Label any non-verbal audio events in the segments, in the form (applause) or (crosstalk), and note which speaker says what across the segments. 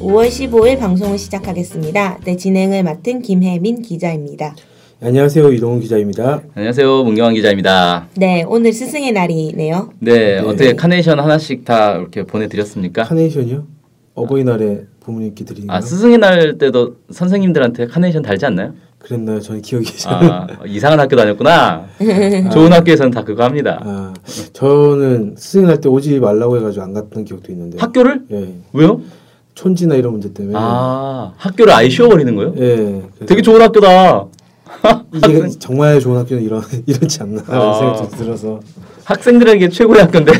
Speaker 1: 5월 15일 방송을 시작하겠습니다. 네, 진행을 맡은 김혜민 기자입니다.
Speaker 2: 안녕하세요 이동훈 기자입니다.
Speaker 3: 네. 안녕하세요. 문경환 기자입니다.
Speaker 1: 네, 오늘 스승의 날이네요.
Speaker 3: 네, 어떻게 카네이션 하나씩 다 이렇게 보내드렸습니까?
Speaker 2: 카네이션이요? 어버이날에 부모님께 드리는
Speaker 3: 아,
Speaker 2: 요
Speaker 3: 스승의 날 때도 선생님들한테 카네이션 달지 않나요?
Speaker 2: 그랬나요? 저는 기억이 잘. 아.
Speaker 3: 아, 이상한 학교 다녔구나. 좋은 학교에서는 다 그거 합니다.
Speaker 2: 아, 저는 스승날 때 오지 말라고 해가지고 안 갔던 기억도 있는데.
Speaker 3: 학교를?
Speaker 2: 예,
Speaker 3: 왜요?
Speaker 2: 촌지나 이런 문제 때문에.
Speaker 3: 아, 학교를 아예 쉬어버리는 거예요?
Speaker 2: 예, 그래서
Speaker 3: 되게 좋은 학교다.
Speaker 2: 이게 정말 좋은 학교는 이런 (laughs) 이렇지 않나
Speaker 3: 아.
Speaker 2: 생각이 좀 들어서.
Speaker 3: 학생들에게 최고의 학교인데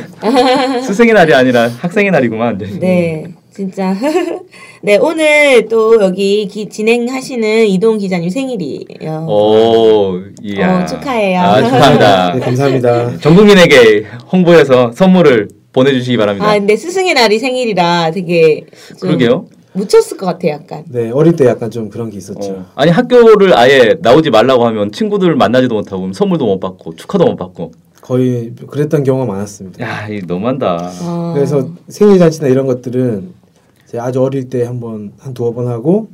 Speaker 3: 스승의 날이 아니라 학생의 날이구만. 네.
Speaker 1: 네, 진짜. (laughs) 네, 오늘 또 여기 기- 진행하시는 이동 기자님 생일이에요.
Speaker 3: 어, 오, 이야.
Speaker 1: 어, 축하해요.
Speaker 3: 아, 축하합니다.
Speaker 2: (laughs) 네, 감사합니다.
Speaker 3: 전 국민에게 홍보해서 선물을 보내주시기 바랍니다.
Speaker 1: 아, 근데 스승의 날이 생일이라 되게 좀
Speaker 3: 그러게요.
Speaker 1: 묻혔을 것 같아, 약간.
Speaker 2: 네, 어릴 때 약간 좀 그런 게 있었죠.
Speaker 3: 어. 아니 학교를 아예 나오지 말라고 하면 친구들 만나지도 못하고 그럼 선물도 못 받고 축하도 못 받고
Speaker 2: 거의 그랬던 경우가 많았습니다.
Speaker 3: 야, 이 너무한다.
Speaker 1: 어,
Speaker 2: 그래서 생일 잔치나 이런 것들은 제가 아주 어릴 때 한 번 한 두어 번 하고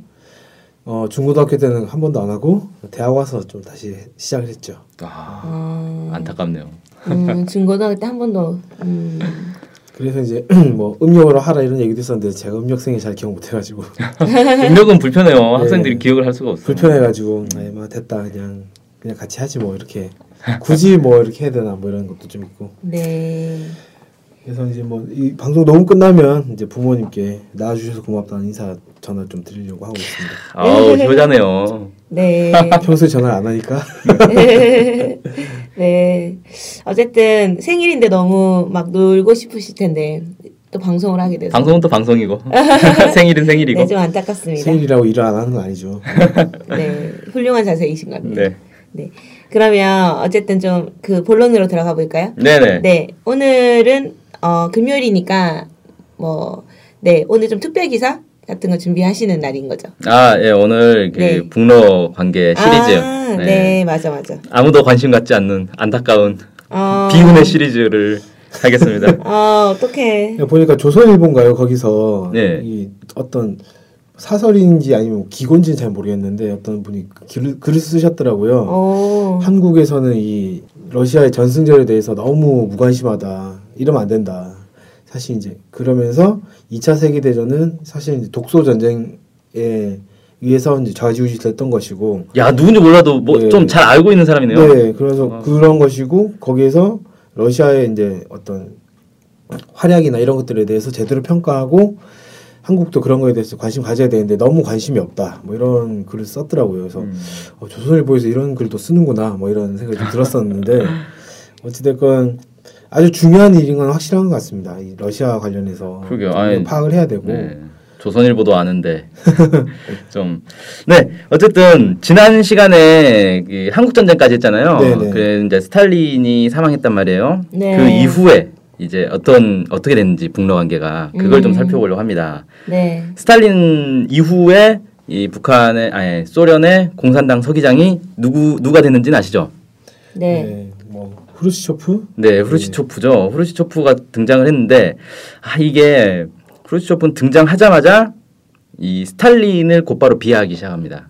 Speaker 2: 어 중고등학교 때는 한 번도 안 하고 대학 와서 좀 다시 시작을 했죠.
Speaker 3: 아,
Speaker 1: 어,
Speaker 3: 안타깝네요.
Speaker 1: 음, 중고등학교 때 한 번도. 음.
Speaker 2: 그래서 이제 (clears throat) 뭐 음력으로 하라 이런 얘기도 있었는데 제가 음력 생일 잘 기억 못 해가지고 (laughs)
Speaker 3: 능력은 불편해요. 학생들이
Speaker 2: 네.
Speaker 3: 기억을 할 수가
Speaker 2: (laughs)
Speaker 3: 없어.
Speaker 2: 불편해가지고 에이 뭐 됐다 그냥 그냥 같이 하지 뭐 이렇게 굳이 뭐 이렇게 해야 되나 뭐 이런 것도 좀 있고
Speaker 1: 네.
Speaker 2: 그래서 이제 뭐 이 방송 너무 끝나면 이제 부모님께 낳아주셔서 고맙다는 인사 전화 좀 드리려고 하고 있습니다.
Speaker 3: 아우 효자네요.
Speaker 1: 네.
Speaker 3: (laughs)
Speaker 2: 평소에 전화를 안 하니까
Speaker 1: 네. 어쨌든 생일인데 너무 막 놀고 싶으실 텐데 또 방송을 하게 돼서
Speaker 3: 방송은 또 방송이고 (laughs) 생일은 생일이고.
Speaker 1: 네, 좀 안타깝습니다.
Speaker 2: 생일이라고 일을 안 하는 건 아니죠.
Speaker 1: 네. 훌륭한 자세이신 것 같아요.
Speaker 3: 네.
Speaker 1: 네. 그러면 어쨌든 좀 그 본론으로 들어가 볼까요?
Speaker 3: 네네.
Speaker 1: 네. 오늘은 어 금요일이니까 뭐 네, 오늘 좀 특별 기사 같은 거 준비하시는 날인 거죠.
Speaker 3: 아, 예, 오늘 그
Speaker 1: 네.
Speaker 3: 북러 관계 시리즈.
Speaker 1: 아, 네. 맞아 맞아.
Speaker 3: 아무도 관심 갖지 않는 안타까운
Speaker 1: 어,
Speaker 3: 비운의 시리즈를
Speaker 1: (laughs)
Speaker 3: 하겠습니다.
Speaker 1: 아, 어떡해.
Speaker 2: 야, 그러니까 보니까 조선일보인가요 거기서
Speaker 3: 네.
Speaker 2: 이 어떤 사설인지 아니면 기고인지는 잘 모르겠는데 어떤 분이 글, 글을 쓰셨더라고요.
Speaker 1: 어. 오.
Speaker 2: 한국에서는 이 러시아의 전승절에 대해서 너무 무관심하다. 이러면 안 된다. 사실 이제 그러면서 2차 세계 대전은 사실 이제 독소 전쟁에 의해서 이제 좌지우지됐던 것이고
Speaker 3: 야, 누군지 몰라도 뭐
Speaker 2: 네.
Speaker 3: 좀 잘 알고 있는 사람이네요.
Speaker 2: 네, 그래서
Speaker 3: 어.
Speaker 2: 그런 것이고 거기에서 러시아의 이제 어떤 활약이나 이런 것들에 대해서 제대로 평가하고 한국도 그런 거에 대해서 관심 가져야 되는데 너무 관심이 없다. 뭐 이런 글을 썼더라고요. 그래서
Speaker 3: 음.
Speaker 2: 어, 조선일보에서 이런 글도 쓰는구나. 뭐 이런 생각이 좀
Speaker 3: (laughs)
Speaker 2: 들었었는데 어찌됐건 아주 중요한 일인 건 확실한 것 같습니다. 이 러시아 관련해서
Speaker 3: 그러게요.
Speaker 2: 좀
Speaker 3: 아니,
Speaker 2: 파악을 해야 되고
Speaker 3: 네. 조선일보도
Speaker 2: (laughs)
Speaker 3: 아는데 좀 네. 어쨌든 지난 시간에 그 한국 전쟁까지 했잖아요.
Speaker 2: 네네.
Speaker 3: 그 이제 스탈린이 사망했단 말이에요.
Speaker 1: 네.
Speaker 3: 그 이후에 이제 어떤 어떻게 됐는지 북러 관계가 그걸
Speaker 1: 음.
Speaker 3: 좀 살펴보려고 합니다.
Speaker 1: 네.
Speaker 3: 스탈린 이후에 이 북한의 아니 소련의 공산당 서기장이 누구 누가 됐는지는 아시죠?
Speaker 1: 네.
Speaker 2: 뭐 후르시초프
Speaker 3: 네, 후르시초프죠. 후르시초프가 등장을 했는데 아 이게 후르시초프는 등장하자마자 이 스탈린을 곧바로 비하하기 시작합니다.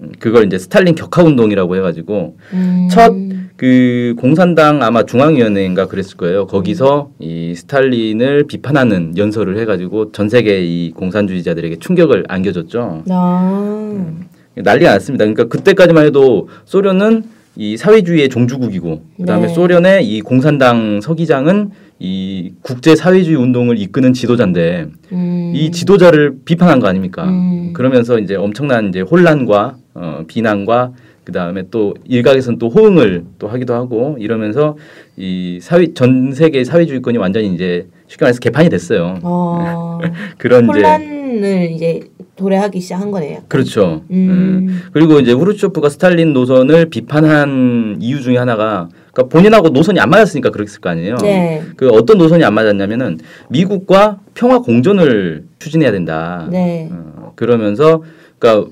Speaker 3: 음, 그걸 이제 스탈린 격하 운동이라고 해가지고
Speaker 1: 음.
Speaker 3: 첫 그 공산당 아마 중앙위원회인가 그랬을 거예요. 거기서 이 스탈린을 비판하는 연설을 해가지고 전 세계 이 공산주의자들에게 충격을 안겨줬죠.
Speaker 1: 아.
Speaker 3: 난리가 났습니다. 그러니까 그때까지만 해도 소련은 이 사회주의의 종주국이고 그다음에
Speaker 1: 네.
Speaker 3: 소련의 이 공산당 서기장은 이 국제 사회주의 운동을 이끄는 지도자인데
Speaker 1: 음.
Speaker 3: 이 지도자를 비판한 거 아닙니까?
Speaker 1: 음.
Speaker 3: 그러면서 이제 엄청난 이제 혼란과 어, 비난과 그 다음에 또 일각에서는 또 호응을 또 하기도 하고 이러면서 이 사회 전 세계 사회주의권이 완전히 이제 쉽게 말해서 개판이 됐어요.
Speaker 1: (laughs) 어.
Speaker 3: 그런 이제
Speaker 1: 혼란을 이제 도래하기 시작한 거네요.
Speaker 3: 그렇죠. 음.
Speaker 1: 음.
Speaker 3: 그리고 이제 후르츠초프가 스탈린 노선을 비판한 이유 중에 하나가 그러니까 본인하고 노선이 안 맞았으니까 그랬을 거 아니에요.
Speaker 1: 네.
Speaker 3: 그 어떤 노선이 안 맞았냐면은 미국과 평화 공존을 추진해야 된다.
Speaker 1: 네.
Speaker 3: 어, 그러면서 그러니까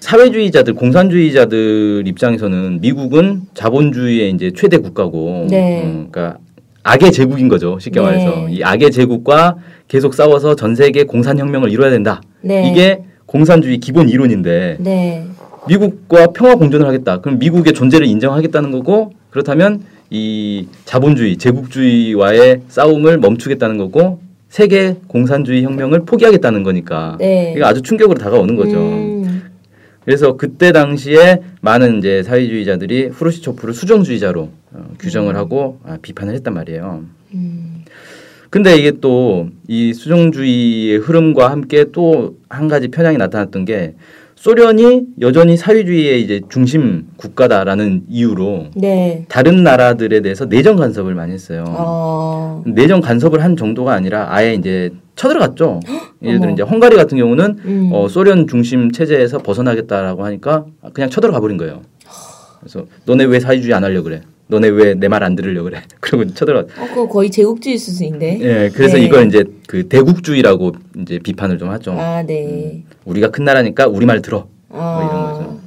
Speaker 3: 사회주의자들, 공산주의자들 입장에서는 미국은 자본주의의 이제 최대 국가고,
Speaker 1: 네.
Speaker 3: 어, 그러니까 악의 제국인 거죠. 쉽게
Speaker 1: 네.
Speaker 3: 말해서 이 악의 제국과 계속 싸워서 전 세계 공산 혁명을 이뤄야 된다.
Speaker 1: 네.
Speaker 3: 이게 공산주의 기본 이론인데
Speaker 1: 네.
Speaker 3: 미국과 평화 공존을 하겠다. 그럼 미국의 존재를 인정하겠다는 거고 그렇다면 이 자본주의, 제국주의와의 싸움을 멈추겠다는 거고 세계 공산주의 혁명을 포기하겠다는 거니까
Speaker 1: 네.
Speaker 3: 이거 아주 충격으로 다가오는 거죠.
Speaker 1: 음,
Speaker 3: 그래서 그때 당시에 많은 이제 사회주의자들이 후르시초프를 수정주의자로 어, 규정을 하고 아, 비판을 했단 말이에요.
Speaker 1: 음,
Speaker 3: 근데 이게 또 이 수정주의의 흐름과 함께 또 한 가지 편향이 나타났던 게 소련이 여전히 사회주의의 이제 중심 국가다라는 이유로
Speaker 1: 네.
Speaker 3: 다른 나라들에 대해서 내정 간섭을 많이 했어요.
Speaker 1: 어.
Speaker 3: 내정 간섭을 한 정도가 아니라 아예 이제 쳐들어갔죠. 예를 들어
Speaker 1: 어머.
Speaker 3: 이제 헝가리 같은 경우는
Speaker 1: 음.
Speaker 3: 어, 소련 중심 체제에서 벗어나겠다라고 하니까 그냥 쳐들어가 버린 거예요. 그래서 너네 왜 사회주의 안 하려 그래? 너네 왜 내 말 안 들으려 그래? (laughs) 그러고 쳐들어.
Speaker 1: 어, 그거 거의 제국주의 수준인데.
Speaker 3: 예, 그래서
Speaker 1: 네.
Speaker 3: 이걸 이제 그 대국주의라고 이제 비판을 좀 하죠.
Speaker 1: 아, 네.
Speaker 3: 우리가 큰 나라니까 우리 말 들어.
Speaker 1: 아.
Speaker 3: 뭐 이런 거죠.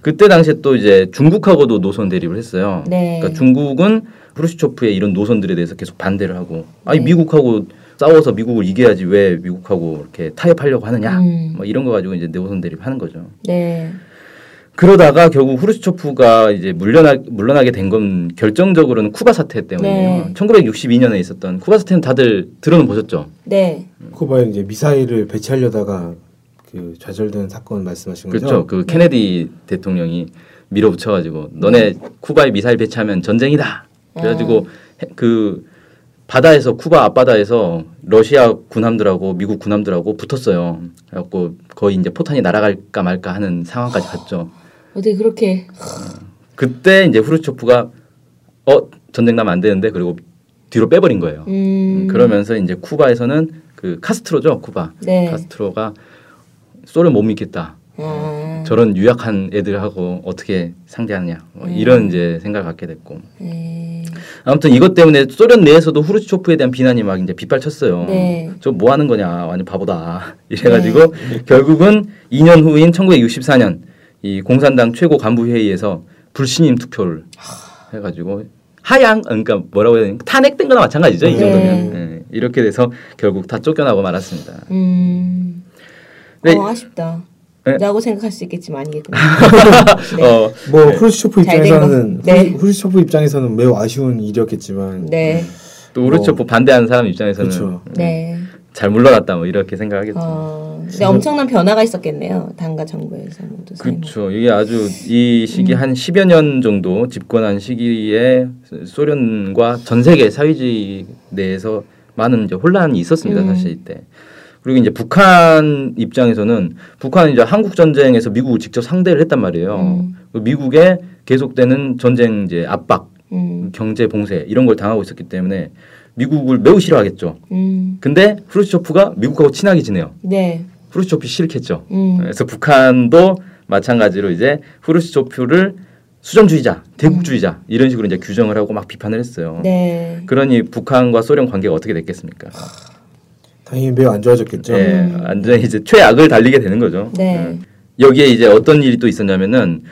Speaker 3: 그때 당시에 또 이제 중국하고도 노선 대립을 했어요.
Speaker 1: 네.
Speaker 3: 그러니까 중국은 프루시초프의 이런 노선들에 대해서 계속 반대를 하고 아니
Speaker 1: 네.
Speaker 3: 미국하고 싸워서 미국을 이겨야지 왜 미국하고 이렇게 타협하려고 하느냐
Speaker 1: 음.
Speaker 3: 뭐 이런 거 가지고 이제 노선 대립 하는 거죠.
Speaker 1: 네.
Speaker 3: 그러다가 결국 후르츠초프가 이제 물러나, 물러나게 된 건 결정적으로는 쿠바 사태 때문이에요.
Speaker 1: 네.
Speaker 3: 1962년에 있었던 쿠바 사태는 다들 들어는 보셨죠?
Speaker 1: 네.
Speaker 3: 음.
Speaker 2: 쿠바에 이제 미사일을 배치하려다가 그 좌절된 사건 말씀하신 거죠?
Speaker 3: 그렇죠. 그 케네디 대통령이 밀어붙여가지고 너네 쿠바에 미사일 배치하면 전쟁이다. 그래가지고 해- 그 바다에서 쿠바 앞바다에서 러시아 군함들하고 미국 군함들하고 붙었어요. 그래갖고 거의 이제 포탄이 날아갈까 말까 하는 상황까지 갔죠.
Speaker 1: 어떻게 그렇게
Speaker 3: 그때 이제 후르츠초프가 어 전쟁 나면 안 되는데 그리고 뒤로 빼버린 거예요.
Speaker 1: 음.
Speaker 3: 그러면서 이제 쿠바에서는 그 카스트로죠 쿠바
Speaker 1: 네.
Speaker 3: 카스트로가 소련 못 믿겠다
Speaker 1: 아.
Speaker 3: 저런 유약한 애들하고 어떻게 상대하느냐 뭐
Speaker 1: 음.
Speaker 3: 이런 이제 생각을 갖게 됐고
Speaker 1: 네.
Speaker 3: 아무튼 이것 때문에 소련 내에서도 후르츠초프에 대한 비난이 막 이제 빗발쳤어요.
Speaker 1: 네.
Speaker 3: 저 뭐 하는 거냐 완전 바보다 (laughs) 이래가지고 결국은 2년 후인 1964년 이 공산당 최고 간부 회의에서 불신임 투표를 해가지고 하향 그러니까 뭐라고 해야 되나 탄핵된 거나 마찬가지죠 이
Speaker 2: 네.
Speaker 3: 정도면 예, 이렇게 돼서 결국 다 쫓겨나고 말았습니다.
Speaker 1: 음.
Speaker 3: 네.
Speaker 1: 어, 아쉽다.
Speaker 3: 네.
Speaker 1: 라고 생각할 수 있겠지만 아니겠군요. (laughs) 네.
Speaker 3: 어,
Speaker 2: 뭐 후르츠초프
Speaker 1: 잘된 거.
Speaker 2: 입장에서는
Speaker 1: 네.
Speaker 2: 후- 후르츠초프 입장에서는 매우 아쉬운 일이었겠지만
Speaker 1: 네.
Speaker 3: 또 후르츠초프 반대하는 사람 입장에서는
Speaker 2: 그렇죠.
Speaker 1: 네.
Speaker 3: 잘 물러났다 뭐 이렇게 생각하겠죠.
Speaker 1: 어. 근데 엄청난 변화가 있었겠네요. 당과 정부에서 모두 사이에.
Speaker 3: 그렇죠. 이게 아주 이 시기 한 10여 년 정도 집권한 시기에 소- 소련과 전 세계 사회주의 내에서 많은 이제 혼란이 있었습니다.
Speaker 1: 음.
Speaker 3: 사실 이때. 그리고 이제 북한 입장에서는 북한은 이제 한국 전쟁에서 미국을 직접 상대를 했단 말이에요.
Speaker 1: 음.
Speaker 3: 그 미국의 계속되는 전쟁 이제 압박,
Speaker 1: 음.
Speaker 3: 경제 봉쇄 이런 걸 당하고 있었기 때문에 미국을 매우 싫어하겠죠.
Speaker 1: 음.
Speaker 3: 근데 후르츠초프가 미국하고 친하게 지내요.
Speaker 1: 네.
Speaker 3: 후르츠초프 싫겠죠.
Speaker 1: 음.
Speaker 3: 그래서 북한도 마찬가지로 이제 후르츠초프를 수정주의자, 대국주의자 이런 식으로 이제 규정을 하고 막 비판을 했어요.
Speaker 1: 네.
Speaker 3: 그러니 북한과 소련 관계가 어떻게 됐겠습니까?
Speaker 2: 당연히 매우 안 좋아졌겠죠.
Speaker 3: 예, 완전히 이제 최악을 달리게 되는 거죠.
Speaker 1: 네.
Speaker 3: 예. 여기에 이제 어떤 일이 또 있었냐면은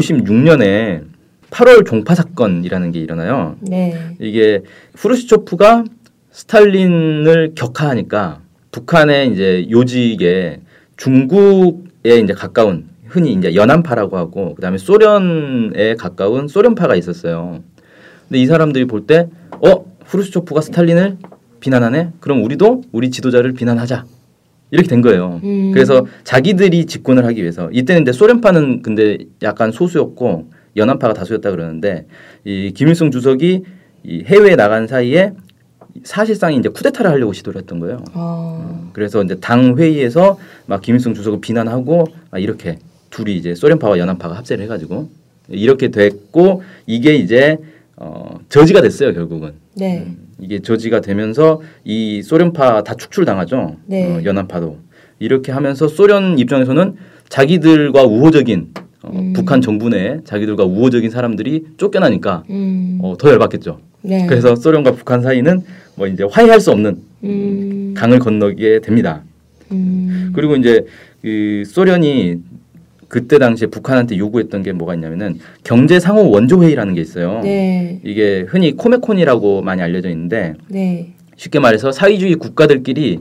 Speaker 3: 1956년에 8월 종파 사건이라는 게 일어나요.
Speaker 1: 네.
Speaker 3: 이게 후르츠초프가 스탈린을 격하하니까 북한의 이제 요직에 중국에 이제 가까운 흔히 이제 연안파라고 하고 그다음에 소련에 가까운 소련파가 있었어요. 근데 이 사람들이 볼 때 어, 후르츠초프가 스탈린을 비난하네. 그럼 우리도 우리 지도자를 비난하자. 이렇게 된 거예요.
Speaker 1: 음.
Speaker 3: 그래서 자기들이 집권을 하기 위해서 이때는 근데 소련파는 근데 약간 소수였고 연안파가 다수였다 그러는데 이 김일성 주석이 이 해외에 나간 사이에 사실상 이제 쿠데타를 하려고 시도를 했던 거예요.
Speaker 1: 어.
Speaker 3: 그래서 이제 당 회의에서 막 김일성 주석을 비난하고 막 이렇게 둘이 이제 소련파와 연합파가 합세를 해가지고 이렇게 됐고 이게 이제 어 저지가 됐어요 결국은
Speaker 1: 네.
Speaker 3: 이게 저지가 되면서 이 소련파 다 축출당하죠
Speaker 1: 네.
Speaker 3: 어, 연합파도 이렇게 하면서 소련 입장에서는 자기들과 우호적인 어,
Speaker 1: 음.
Speaker 3: 북한 정부 내 자기들과 우호적인 사람들이 쫓겨나니까
Speaker 1: 음.
Speaker 3: 어, 더 열받겠죠
Speaker 1: 네.
Speaker 3: 그래서 소련과 북한 사이는 뭐 이제 화해할 수 없는
Speaker 1: 음.
Speaker 3: 강을 건너게 됩니다.
Speaker 1: 음.
Speaker 3: 그리고 이제 그 소련이 그때 당시에 북한한테 요구했던 게 뭐가 있냐면은 경제 상호 원조 회의라는 게 있어요.
Speaker 1: 네.
Speaker 3: 이게 흔히 코메콘이라고 많이 알려져 있는데
Speaker 1: 네.
Speaker 3: 쉽게 말해서 사회주의 국가들끼리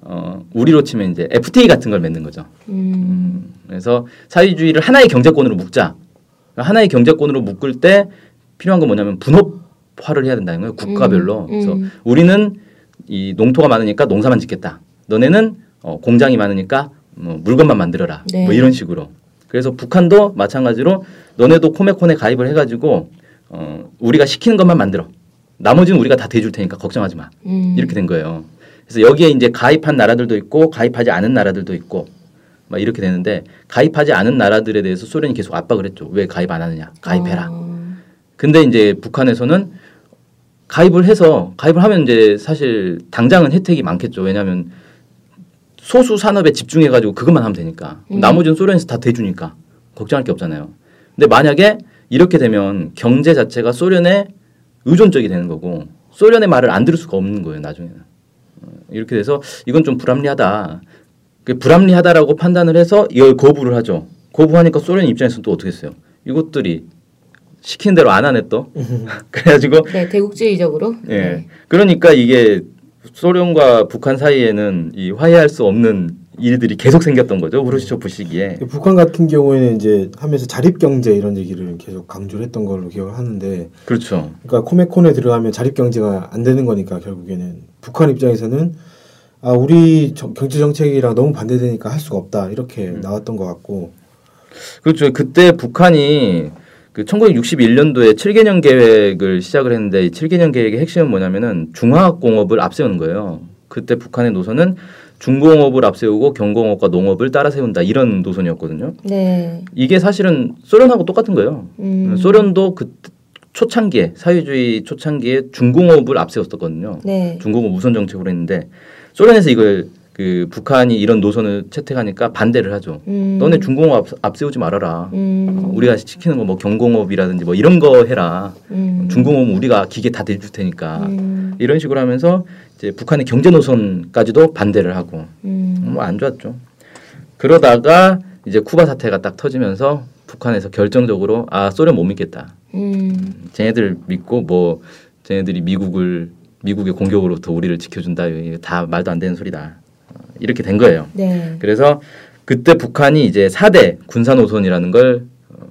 Speaker 3: 어, 우리로 치면 이제 FTA 같은 걸 맺는 거죠.
Speaker 1: 음.
Speaker 3: 그래서 사회주의를 하나의 경제권으로 묶자. 그러니까 하나의 경제권으로 묶을 때 필요한 건 뭐냐면 분업화를 해야 된다는 거예요. 국가별로.
Speaker 1: 음,
Speaker 3: 그래서
Speaker 1: 음.
Speaker 3: 우리는 이 농토가 많으니까 농사만 짓겠다. 너네는 어, 공장이 많으니까 뭐 물건만 만들어라.
Speaker 1: 네.
Speaker 3: 뭐 이런 식으로. 그래서 북한도 마찬가지로 너네도 코메콘에 가입을 해가지고 어, 우리가 시키는 것만 만들어. 나머지는 우리가 다 대줄 테니까 걱정하지 마.
Speaker 1: 음.
Speaker 3: 이렇게 된 거예요. 그래서 여기에 이제 가입한 나라들도 있고 가입하지 않은 나라들도 있고 막 이렇게 되는데 가입하지 않은 나라들에 대해서 소련이 계속 압박을 했죠. 왜 가입 안 하느냐? 가입해라.
Speaker 1: 어.
Speaker 3: 근데 이제 북한에서는 가입을 해서 가입을 하면 이제 사실 당장은 혜택이 많겠죠. 왜냐하면 소수 산업에 집중해 가지고 그것만 하면 되니까
Speaker 1: 음.
Speaker 3: 나머지는 소련에서 다 대주니까 걱정할 게 없잖아요. 근데 만약에 이렇게 되면 경제 자체가 소련에 의존적이 되는 거고 소련의 말을 안 들을 수가 없는 거예요. 나중에는 어, 이렇게 돼서 이건 좀 불합리하다. 그 불합리하다라고 판단을 해서 이걸 거부를 하죠. 거부하니까 소련 입장에서는 또 어떻게 했어요? 이것들이 시킨 대로 안 하네 또. (laughs) 그래가지고
Speaker 1: 네, 대국주의적으로.
Speaker 3: 예.
Speaker 1: 네.
Speaker 3: 그러니까 이게 소련과 북한 사이에는 이 화해할 수 없는 일들이 계속 생겼던 거죠. 후르시초프 시기에.
Speaker 2: 북한 같은 경우에는 이제 하면서 자립 경제 이런 얘기를 계속 강조를 했던 걸로 기억을 하는데
Speaker 3: 그렇죠.
Speaker 2: 그러니까 코메콘에 들어가면 자립 경제가 안 되는 거니까 결국에는 북한 입장에서는 아 우리 정- 경제 정책이랑 너무 반대되니까 할 수가 없다 이렇게
Speaker 3: 음.
Speaker 2: 나왔던 것 같고
Speaker 3: 그렇죠. 그때 북한이 그 1961년도에 7개년 계획을 시작을 했는데 이 7개년 계획의 핵심은 뭐냐면은 중화학 공업을 앞세우는 거예요. 그때 북한의 노선은 중공업을 앞세우고 경공업과 농업을 따라 세운다 이런 노선이었거든요.
Speaker 1: 네.
Speaker 3: 이게 사실은 소련하고 똑같은 거예요.
Speaker 1: 음.
Speaker 3: 소련도 그 초창기에 사회주의 초창기에 중공업을 앞세웠었거든요.
Speaker 1: 네.
Speaker 3: 중공업 우선 정책으로 했는데 소련에서 이걸 그 북한이 이런 노선을 채택하니까 반대를 하죠.
Speaker 1: 음.
Speaker 3: 너네 중공업 앞, 앞세우지 말아라.
Speaker 1: 음.
Speaker 3: 우리가 시키는 거 뭐 경공업이라든지 뭐 이런 거 해라.
Speaker 1: 음.
Speaker 3: 중공업은 우리가 기계 다 대줄 테니까.
Speaker 1: 음.
Speaker 3: 이런 식으로 하면서 이제 북한의 경제 노선까지도 반대를 하고
Speaker 1: 음.
Speaker 3: 뭐 안 좋았죠. 그러다가 이제 쿠바 사태가 딱 터지면서 북한에서 결정적으로 아 소련 못 믿겠다.
Speaker 1: 음.
Speaker 3: 쟤네들 믿고 뭐 쟤네들이 미국을 미국의 공격으로부터 우리를 지켜준다 이게 다 말도 안 되는 소리다 어, 이렇게 된 거예요.
Speaker 1: 네.
Speaker 3: 그래서 그때 북한이 이제 4대 군사 노선이라는 걸 어,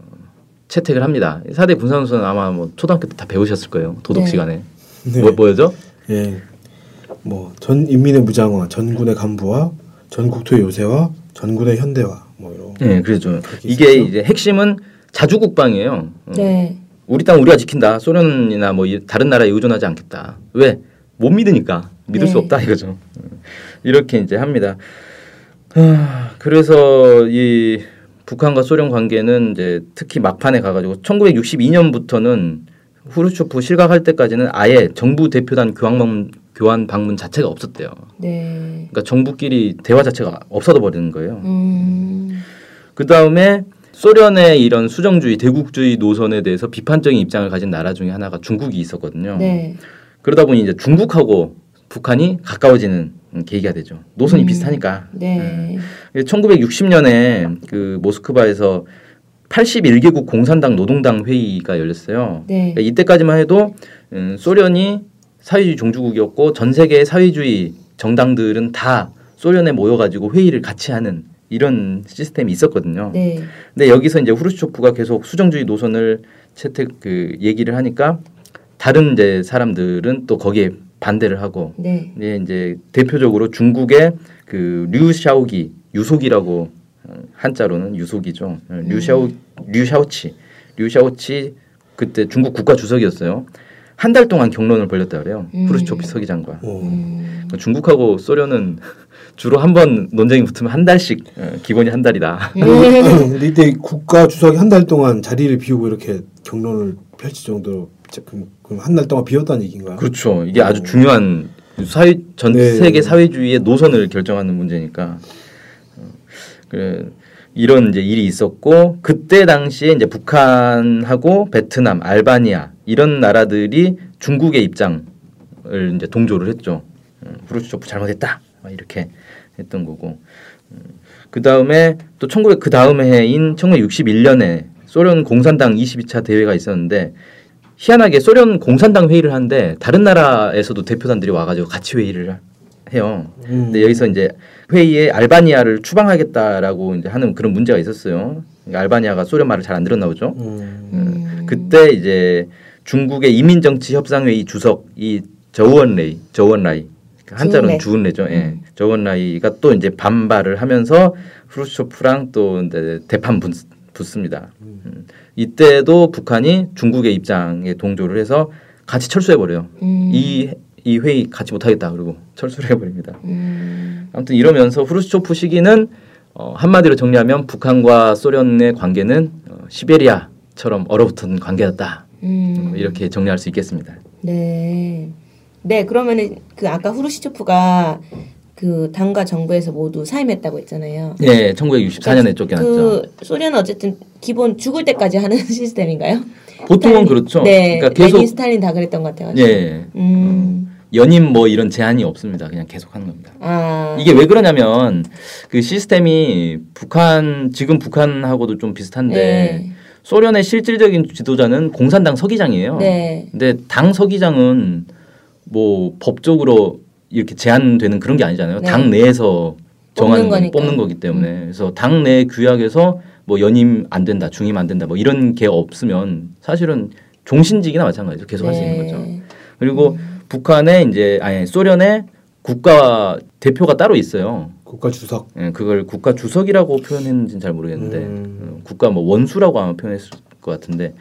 Speaker 3: 채택을 합니다. 4대 군사 노선은 아마 뭐 초등학교 때 다 배우셨을 거예요. 도덕
Speaker 1: 네.
Speaker 3: 시간에
Speaker 2: 네.
Speaker 3: 뭐, 뭐였죠?
Speaker 2: 예. 뭐 전 인민의 무장화, 전군의 간부화, 전 국토의 요새화, 전군의 현대화 뭐 이런
Speaker 3: 네, 그렇죠.
Speaker 2: 그렇게
Speaker 3: 이게
Speaker 2: 있었죠.
Speaker 3: 이제 핵심은 자주 국방이에요. 어,
Speaker 1: 네.
Speaker 3: 우리 땅 우리가 지킨다. 소련이나 뭐 이- 다른 나라에 의존하지 않겠다. 왜? 못 믿으니까 믿을 수
Speaker 1: 네.
Speaker 3: 없다 이거죠. 음, 이렇게 이제 합니다. 하, 그래서 이 북한과 소련 관계는 이제 특히 막판에 가가지고 1962년부터는 후르초프 실각할 때까지는 아예 정부 대표단 교환 방문, 교환 방문 자체가 없었대요.
Speaker 1: 네.
Speaker 3: 그러니까 정부끼리 대화 자체가 없어져 버리는 거예요.
Speaker 1: 음.
Speaker 3: 그 다음에 소련의 이런 수정주의, 대국주의 노선에 대해서 비판적인 입장을 가진 나라 중에 하나가 중국이 있었거든요.
Speaker 1: 네.
Speaker 3: 그러다 보니 이제 중국하고 북한이 가까워지는 음, 계기가 되죠. 노선이
Speaker 1: 음.
Speaker 3: 비슷하니까. 음.
Speaker 1: 네.
Speaker 3: 1960년에 그 모스크바에서 81개국 공산당 노동당 회의가 열렸어요.
Speaker 1: 네.
Speaker 3: 그러니까 이때까지만 해도 음, 소련이 사회주의 종주국이었고 전 세계의 사회주의 정당들은 다 소련에 모여가지고 회의를 같이 하는 이런 시스템이 있었거든요.
Speaker 1: 네.
Speaker 3: 근데 여기서 이제 후르츠초프가 계속 수정주의 노선을 채택 그 얘기를 하니까 다른 이제 사람들은 또 거기에 반대를 하고 예,
Speaker 1: 네.
Speaker 3: 이제 이제 대표적으로 중국의 그 류샤오기 유속이라고 어, 한자로는 유속이죠. 어, 류샤오 류샤오치 류샤오치 그때 중국 국가 주석이었어요. 한 달 동안 경론을 벌였다 그래요.
Speaker 1: 음.
Speaker 3: 후르츠초프 서기장과.
Speaker 2: 오.
Speaker 1: 음.
Speaker 3: 그러니까 중국하고 소련은 (laughs) 주로 한 번 논쟁이 붙으면 한 달씩 어, 기본이 한
Speaker 2: (laughs)
Speaker 3: 달이다.
Speaker 2: 근데 이때 국가 주석이 한 달 동안 자리를 비우고 이렇게 경론을 펼칠 정도로 진짜 그럼, 그럼 한 달 동안 비웠다는 얘기인가요?
Speaker 3: 그렇죠. 이게 아주
Speaker 2: 어.
Speaker 3: 중요한 사회 전
Speaker 2: 네.
Speaker 3: 세계 사회주의의 노선을 결정하는 문제니까. 어, 그래 이런 이제 일이 있었고 그때 당시에 이제 북한하고 베트남, 알바니아 이런 나라들이 중국의 입장을 이제 동조를 했죠. 어, 후르츠초프 잘못했다. 막 이렇게 했던 거고. 음, 그 다음에 또 1900, 그 다음 해인 1961년에 소련 공산당 22차 대회가 있었는데 희한하게 소련 공산당 회의를 하는데 다른 나라에서도 대표단들이 와가지고 같이 회의를 해요.
Speaker 2: 음.
Speaker 3: 근데 네, 여기서 이제 회의에 알바니아를 추방하겠다라고 이제 하는 그런 문제가 있었어요. 그러니까 알바니아가 소련 말을 잘 안 들었나 보죠.
Speaker 2: 음.
Speaker 1: 음.
Speaker 3: 그때 이제 중국의 이민정치 협상회의 주석 이 저원레이 저원라이 그 한자로는 주은레죠. 예. 저원라이가 또 이제 반발을 하면서 후르쇼프랑 또 이제 대판 붙, 붙습니다. 음. 이때도 북한이 중국의 입장에 동조를 해서 같이 철수해 버려요.
Speaker 1: 음.
Speaker 3: 이, 이 회의 같이 못하겠다 그러고 철수를 해버립니다.
Speaker 1: 음.
Speaker 3: 아무튼 이러면서 후르츠초프 시기는 어, 한마디로 정리하면 북한과 소련의 관계는 어, 시베리아처럼 얼어붙은 관계였다.
Speaker 1: 음.
Speaker 3: 어, 이렇게 정리할 수 있겠습니다.
Speaker 1: 네. 네, 그러면은 그 아까 후르시초프가 그 당과 정부에서 모두 사임했다고 했잖아요.
Speaker 3: 예, 1964년에 쫓겨났죠.
Speaker 1: 그 소련은 어쨌든 기본 죽을 때까지 하는 (laughs) 시스템인가요?
Speaker 3: 보통은
Speaker 1: 스탈린-
Speaker 3: 그렇죠.
Speaker 1: 네,
Speaker 3: 그러니까 계속
Speaker 1: 레닌 스탈린 다 그랬던 것 같아요.
Speaker 3: 예, 예,
Speaker 1: 음,
Speaker 3: 연임 뭐 이런 제한이 없습니다. 그냥 계속 하는 겁니다.
Speaker 1: 아,
Speaker 3: 이게 왜 그러냐면 그 시스템이 북한 지금 북한하고도 좀 비슷한데
Speaker 1: 네,
Speaker 3: 소련의 실질적인 지도자는 공산당 서기장이에요.
Speaker 1: 네,
Speaker 3: 근데 당 서기장은 뭐 법적으로 이렇게 제한되는 그런 게 아니잖아요.
Speaker 1: 네.
Speaker 3: 당 내에서
Speaker 1: 뽑는
Speaker 3: 정하는 뽑는,
Speaker 1: 거니까. 음.
Speaker 3: 뽑는 거기 때문에 그래서 당 내 규약에서 뭐 연임 안 된다, 중임 안 된다 뭐 이런 게 없으면 사실은 종신직이나 마찬가지죠. 계속 할 수 있는
Speaker 1: 네.
Speaker 3: 거죠. 그리고
Speaker 1: 음.
Speaker 3: 북한의 이제 아니 소련의 국가 대표가 따로 있어요.
Speaker 2: 국가 주석.
Speaker 3: 예, 그걸 국가 주석이라고 표현했는지는 잘 모르겠는데
Speaker 2: 음.
Speaker 3: 어, 국가 뭐 원수라고 아마 표현했을 것 같은데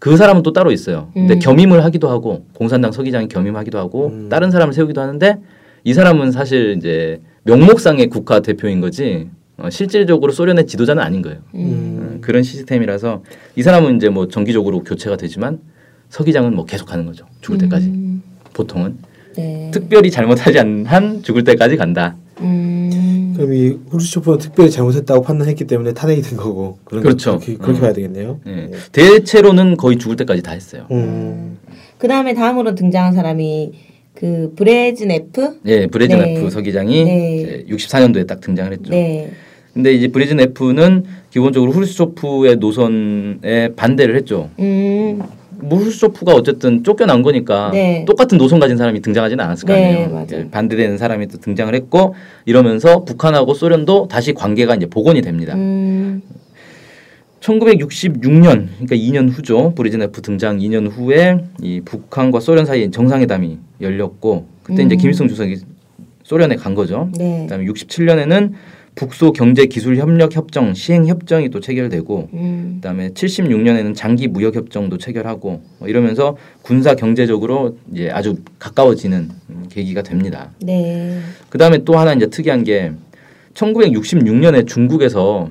Speaker 3: 그 사람은 또 따로 있어요. 근데
Speaker 1: 음.
Speaker 3: 겸임을 하기도 하고 공산당 서기장이 겸임하기도 하고
Speaker 2: 음.
Speaker 3: 다른 사람을 세우기도 하는데 이 사람은 사실 이제 명목상의 국가 대표인 거지 어, 실질적으로 소련의 지도자는 아닌 거예요.
Speaker 1: 음,
Speaker 3: 어,
Speaker 2: 음.
Speaker 3: 그런 시스템이라서 이 사람은 이제 뭐 정기적으로 교체가 되지만 서기장은 뭐 계속 가는 거죠. 죽을 때까지
Speaker 1: 음,
Speaker 3: 보통은
Speaker 1: 네,
Speaker 3: 특별히 잘못하지 않는 한 죽을 때까지 간다.
Speaker 1: 음,
Speaker 2: 그럼 이 후르츠초프는 특별히 잘못했다고 판단했기 때문에 탄핵이 된 거고 그런
Speaker 3: 그렇죠.
Speaker 2: 그렇게, 그렇게
Speaker 3: 음.
Speaker 2: 봐야 되겠네요.
Speaker 3: 예. 대체로는 거의 죽을 때까지 다 했어요.
Speaker 2: 음.
Speaker 1: 그 다음에 다음으로 등장한 사람이 그 브레즈네프,
Speaker 3: 예, 브레즈네프
Speaker 1: 네.
Speaker 3: 서기장이
Speaker 1: 네.
Speaker 3: 64년도에 딱 등장을 했죠.
Speaker 1: 네,
Speaker 3: 근데 이제 브레즈네프는 기본적으로 후르츠초프의 노선에 반대를 했죠.
Speaker 1: 음,
Speaker 3: 뭐 후르츠초프가 어쨌든 쫓겨난 거니까
Speaker 1: 네.
Speaker 3: 똑같은 노선 가진 사람이 등장하지는 않았을 거
Speaker 1: 네,
Speaker 3: 아니에요.
Speaker 1: 맞아요.
Speaker 3: 예, 반대되는 사람이 또 등장을 했고 이러면서 북한하고 소련도 다시 관계가 이제 복원이 됩니다.
Speaker 1: 음,
Speaker 3: 1966년, 그러니까 2년 후죠. 브리즈네프 등장 2년 후에 이 북한과 소련 사이에 정상회담이 열렸고 그때 이제
Speaker 1: 음.
Speaker 3: 김일성 주석이 소련에 간 거죠.
Speaker 1: 네,
Speaker 3: 그다음에 67년에는 북소 경제 기술 협력 협정 시행 협정이 또 체결되고
Speaker 1: 음,
Speaker 3: 그다음에 76년에는 장기 무역 협정도 체결하고 뭐 이러면서 군사 경제적으로 이제 아주 가까워지는 음, 계기가 됩니다.
Speaker 1: 네,
Speaker 3: 그다음에 또 하나 이제 특이한 게 1966년에 중국에서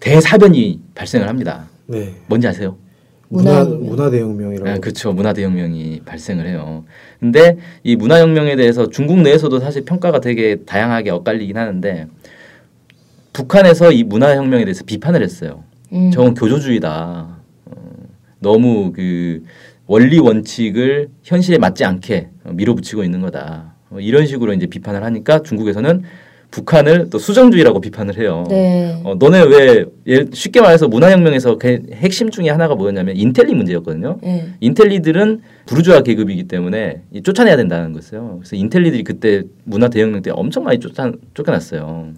Speaker 3: 대사변이 발생을 합니다.
Speaker 2: 네.
Speaker 3: 뭔지 아세요?
Speaker 2: 문화
Speaker 1: 문화혁명.
Speaker 2: 문화 대혁명이라고.
Speaker 3: 아, 그렇죠. 문화대혁명이 발생을 해요. 근데 이 문화혁명에 대해서 중국 내에서도 사실 평가가 되게 다양하게 엇갈리긴 하는데 북한에서 이 문화혁명에 대해서 비판을 했어요.
Speaker 1: 음,
Speaker 3: 저건 교조주의다. 어, 너무 그 원리 원칙을 현실에 맞지 않게 어, 밀어붙이고 있는 거다. 어, 이런 식으로 이제 비판을 하니까 중국에서는 북한을 또 수정주의라고 비판을 해요.
Speaker 1: 네,
Speaker 3: 어, 너네 왜 예를- 쉽게 말해서 문화혁명에서 그 핵심 중에 하나가 뭐였냐면 인텔리 문제였거든요.
Speaker 1: 네,
Speaker 3: 인텔리들은 부르주아 계급이기 때문에 이 쫓아내야 된다는 거였어요. 그래서 인텔리들이 그때 문화 대혁명 때 엄청 많이 쫓아, 쫓겨났어요.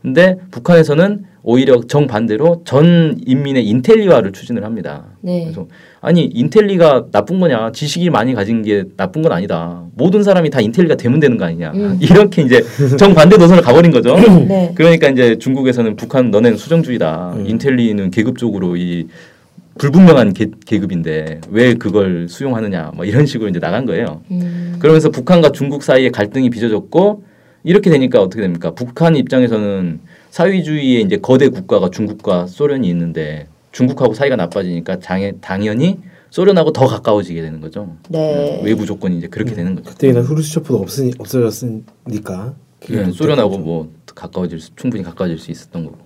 Speaker 3: 근데 북한에서는 오히려 정반대로 전 인민의 인텔리화를 추진을 합니다.
Speaker 1: 네,
Speaker 3: 그래서 아니 인텔리가 나쁜 거냐 지식이 많이 가진 게 나쁜 건 아니다 모든 사람이 다 인텔리가 되면 되는 거 아니냐
Speaker 1: 음.
Speaker 3: (laughs) 이렇게 이제 정반대 노선을 가버린 거죠
Speaker 1: (laughs) 네,
Speaker 3: 그러니까 이제 중국에서는 북한 너네는 수정주의다.
Speaker 2: 음.
Speaker 3: 인텔리는 계급적으로 이 불분명한 계, 계급인데 왜 그걸 수용하느냐 뭐 이런 식으로 이제 나간 거예요.
Speaker 1: 음,
Speaker 3: 그러면서 북한과 중국 사이에 갈등이 빚어졌고 이렇게 되니까 어떻게 됩니까? 북한 입장에서는 사회주의의 이제 거대 국가가 중국과 소련이 있는데 중국하고 사이가 나빠지니까 장애, 당연히 소련하고 더 가까워지게 되는 거죠.
Speaker 1: 네,
Speaker 3: 외부 조건이 이제 그렇게 되는 거죠.
Speaker 2: 그때는 후르츠초프도 없으니 없어졌으니까. 네, 그게
Speaker 3: 예,
Speaker 2: 또
Speaker 3: 소련하고
Speaker 2: 됐죠.
Speaker 3: 뭐 가까워질 수 충분히 가까워질 수 있었던 거고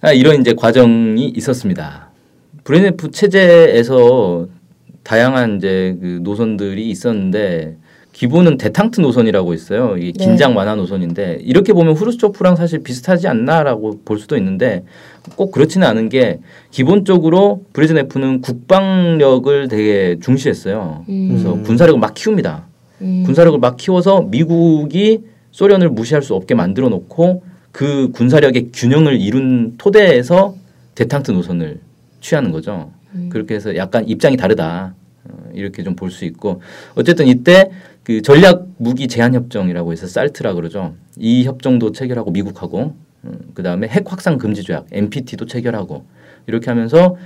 Speaker 3: 아, 이런 이제 과정이 있었습니다. 브레네프 체제에서 다양한 이제 그 노선들이 있었는데 기본은 대탕트 노선이라고 있어요. 이게
Speaker 1: 네.
Speaker 3: 긴장 완화 노선인데 이렇게 보면 후르스초프랑 사실 비슷하지 않나라고 볼 수도 있는데 꼭 그렇지는 않은 게 기본적으로 브레즈네프는 국방력을 되게 중시했어요. 그래서
Speaker 2: 음.
Speaker 3: 군사력을 막 키웁니다.
Speaker 1: 음.
Speaker 3: 군사력을 막 키워서 미국이 소련을 무시할 수 없게 만들어 놓고 그 군사력의 균형을 이룬 토대에서 대탕트 노선을 취하는 거죠. 그렇게 해서 약간 입장이 다르다. 어, 이렇게 좀 볼 수 있고 어쨌든 이때 그 전략 무기 제한 협정이라고 해서 살트라 그러죠. 이 협정도 체결하고 미국하고 그 다음에 핵 확산 금지 조약 NPT도 체결하고 이렇게 하면서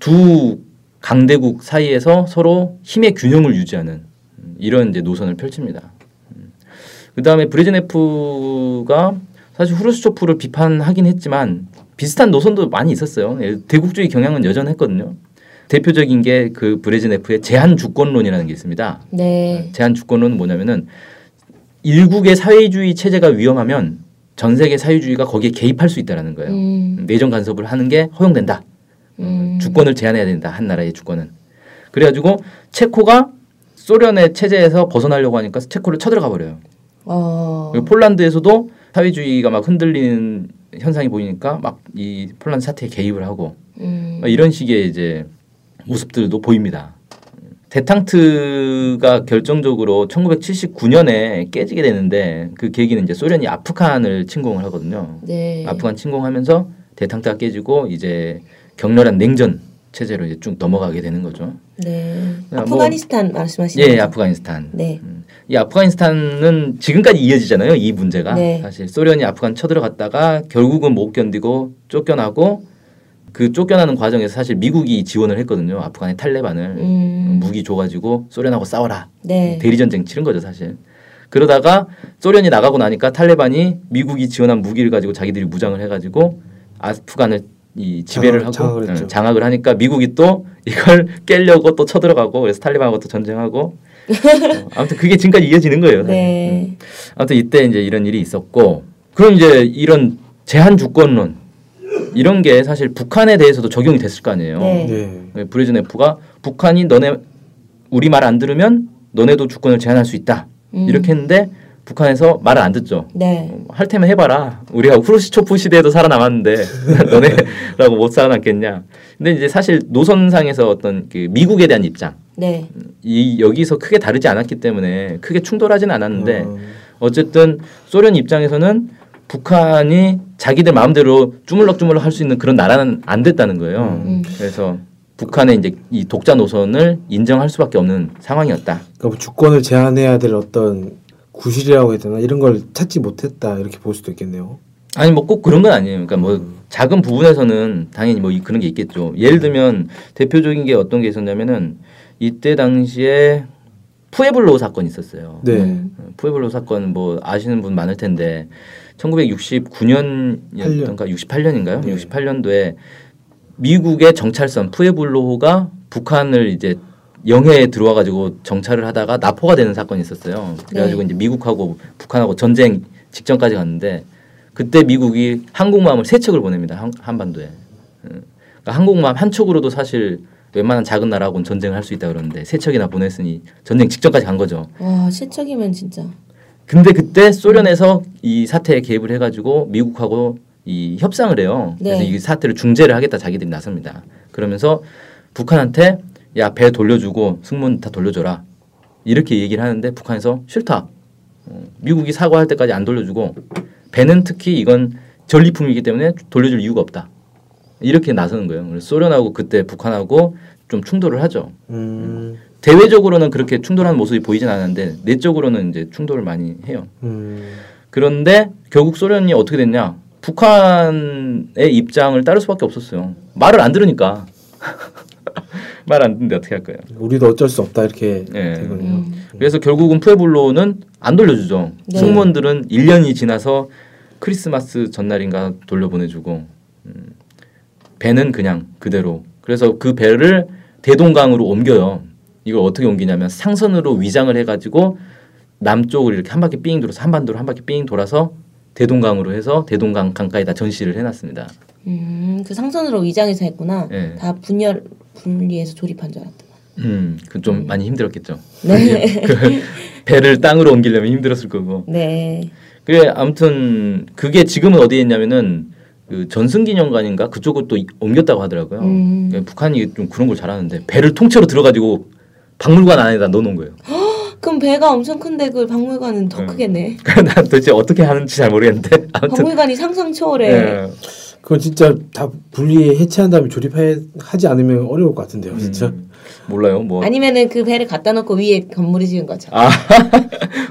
Speaker 3: 두 강대국 사이에서 서로 힘의 균형을 유지하는 음, 이런 이제 노선을 펼칩니다. 그 다음에 브레즈네프가 사실 후르스초프를 비판하긴 했지만 비슷한 노선도 많이 있었어요. 예, 대국주의 경향은 여전했거든요. 대표적인 게 그 브레즈네프의 제한 주권론이라는 게 있습니다.
Speaker 1: 네.
Speaker 3: 제한 주권론은 뭐냐면은 일국의 사회주의 체제가 위험하면 전 세계 사회주의가 거기에 개입할 수 있다라는 거예요.
Speaker 1: 음.
Speaker 3: 내정 간섭을 하는 게 허용된다.
Speaker 1: 음.
Speaker 3: 네. 주권을 제한해야 된다. 한 나라의 주권은. 그래가지고 체코가 소련의 체제에서 벗어나려고 하니까 체코를 쳐들어가 버려요.
Speaker 1: 어.
Speaker 3: 그리고 폴란드에서도 사회주의가 막 흔들리는 현상이 보이니까 막 이 폴란드 사태에 개입을 하고
Speaker 1: 음.
Speaker 3: 막 이런 식의 이제 모습들도 보입니다. 데탕트가 결정적으로 1979년에 깨지게 되는데 그 계기는 이제 소련이 아프간을 침공을 하거든요.
Speaker 1: 네.
Speaker 3: 아프간 침공하면서 대탕트가 깨지고 이제 격렬한 냉전 체제로 이제 쭉 넘어가게 되는 거죠.
Speaker 1: 네.
Speaker 3: 뭐-
Speaker 1: 아프가니스탄 말씀하시는
Speaker 3: 예,
Speaker 1: 거죠?
Speaker 3: 아프가니스탄. 음.
Speaker 1: 네.
Speaker 3: 이 아프가니스탄은 지금까지 이어지잖아요. 이 문제가
Speaker 1: 네.
Speaker 3: 사실 소련이 아프간 쳐들어갔다가 결국은 못 견디고 쫓겨나고 그 쫓겨나는 과정에서 사실 미국이 지원을 했거든요. 아프간의 탈레반을
Speaker 1: 음.
Speaker 3: 무기 줘가지고 소련하고 싸워라
Speaker 1: 네.
Speaker 3: 대리 전쟁 치른 거죠 사실. 그러다가 소련이 나가고 나니까 탈레반이 미국이 지원한 무기를 가지고 자기들이 무장을 해가지고 아프간을 이 지배를
Speaker 2: 장악-
Speaker 3: 하고
Speaker 2: 장악을 했죠.
Speaker 3: 응, 장악을 하니까 미국이 또 이걸 (laughs) 깨려고 또 쳐들어가고 그래서 탈레반하고 또 전쟁하고 어, 아무튼 그게 지금까지 이어지는 거예요. 사실. 음.
Speaker 1: 네.
Speaker 3: 아무튼 이때 이제 이런 일이 있었고 그럼 이제 이런 제한 주권론 이런 게 사실 북한에 대해서도 적용이 됐을 거 아니에요.
Speaker 1: 네.
Speaker 2: 네.
Speaker 3: 브레즈네프가 북한이 너네 우리 말 안 들으면 너네도 주권을 제한할 수 있다
Speaker 1: 음.
Speaker 3: 이렇게 했는데 북한에서 말을 안 듣죠.
Speaker 1: 네.
Speaker 3: 어, 할 테면 해봐라. 우리가 후르시초프 시대에도 살아남았는데 (laughs) 너네라고 못 살아남겠냐. 근데 이제 사실 노선상에서 어떤 그 미국에 대한 입장
Speaker 1: 네.
Speaker 3: 이 여기서 크게 다르지 않았기 때문에 크게 충돌하진 않았는데
Speaker 2: 어,
Speaker 3: 어쨌든 소련 입장에서는 북한이 자기들 마음대로 주물럭주물럭 할 수 있는 그런 나라는 안 됐다는 거예요.
Speaker 1: 음.
Speaker 3: 그래서 북한의 이제 이 독자 노선을 인정할 수밖에 없는 상황이었다.
Speaker 2: 그러니까 뭐 주권을 제한해야 될 어떤 구실이라고 해야 되나 이런 걸 찾지 못했다 이렇게 볼 수도 있겠네요.
Speaker 3: 아니 뭐 꼭 그런 건 아니에요. 그러니까 뭐 작은 부분에서는 당연히 뭐 이- 그런 게 있겠죠. 예를 들면 대표적인 게 어떤 게 있었냐면은 이때 당시에 푸에블로 사건이 있었어요.
Speaker 2: 네.
Speaker 1: 음.
Speaker 3: 푸에블로 사건 뭐 아시는 분 많을 텐데 1969년이었던가 68년인가요?
Speaker 2: 네.
Speaker 3: 68년도에 미국의 정찰선 푸에블로호가 북한을 이제 영해에 들어와 가지고 정찰을 하다가 납포가 되는 사건이 있었어요. 그래 가지고
Speaker 1: 네.
Speaker 3: 이제 미국하고 북한하고 전쟁 직전까지 갔는데 그때 미국이 항공모함을 세 척을 보냅니다. 한- 한반도에. 음. 그러니까 항공모함 한 척으로도 사실 웬만한 작은 나라하고는 전쟁을 할 수 있다 그러는데 세 척이나 보냈으니 전쟁 직전까지 간 거죠.
Speaker 1: 와, 실적이면 진짜.
Speaker 3: 근데 그때 소련에서 이 사태에 개입을 해가지고 미국하고 이 협상을 해요.
Speaker 1: 네.
Speaker 3: 그래서 이 사태를 중재를 하겠다 자기들이 나섭니다. 그러면서 북한한테 야 배 돌려주고 승무원 다 돌려줘라 이렇게 얘기를 하는데 북한에서 싫다. 어, 미국이 사과할 때까지 안 돌려주고 배는 특히 이건 전리품이기 때문에 돌려줄 이유가 없다. 이렇게 나서는 거예요. 그래서 소련하고 그때 북한하고 좀 충돌을 하죠.
Speaker 2: 음.
Speaker 3: 대외적으로는 그렇게 충돌하는 모습이 보이진 않았는데 내적으로는 이제 충돌을 많이 해요.
Speaker 2: 음.
Speaker 3: 그런데 결국 소련이 어떻게 됐냐? 북한의 입장을 따를 수밖에 없었어요. 말을 안 들으니까 (laughs) 말 안 듣는데 어떻게 할 거예요?
Speaker 2: 우리도 어쩔 수 없다 이렇게
Speaker 3: 예.
Speaker 2: 된 거네요.
Speaker 1: 음.
Speaker 3: 그래서 결국은 푸에블로는 안 돌려주죠.
Speaker 1: 네.
Speaker 3: 승무원들은 1년이 지나서 크리스마스 전날인가 돌려보내주고 음, 배는 그냥 그대로. 그래서 그 배를 대동강으로 옮겨요. 이걸 어떻게 옮기냐면 상선으로 위장을 해가지고 남쪽으로 이렇게 한 바퀴 삥 돌아서 한반도로 한 바퀴 삥 돌아서 대동강으로 해서 대동강 강가에다 전시를 해놨습니다.
Speaker 1: 음, 그 상선으로 위장해서 했구나.
Speaker 3: 예.
Speaker 1: 다 분열 분리해서 조립한 줄 알았더만.
Speaker 3: 음, 그 좀 많이 힘들었겠죠.
Speaker 1: 네. (laughs)
Speaker 3: 그 배를 땅으로 옮기려면 힘들었을 거고.
Speaker 1: 네.
Speaker 3: 그래 아무튼 그게 지금은 어디에 있냐면은 그 전승기념관인가 그쪽으로 또 이- 옮겼다고 하더라고요.
Speaker 1: 음.
Speaker 3: 그러니까 북한이 좀 그런 걸 잘하는데 배를 통째로 들어가지고 박물관 안에다 넣어놓은 거예요. (laughs)
Speaker 1: 그럼 배가 엄청 큰데 그 박물관은 더
Speaker 3: 음.
Speaker 1: 크겠네.
Speaker 3: 그러니까 난 도대체 어떻게 하는지 잘 모르겠는데 (laughs) 아무튼
Speaker 1: 박물관이 상상 초월해.
Speaker 3: 예.
Speaker 2: 그건 진짜 다 분리해 해체한 다음에 조립해 하지 않으면 어려울 것 같은데요, 진짜.
Speaker 3: 음, 몰라요 뭐
Speaker 1: 아니면은 그 배를 갖다 놓고 위에 건물을 지은 거죠.
Speaker 3: 아,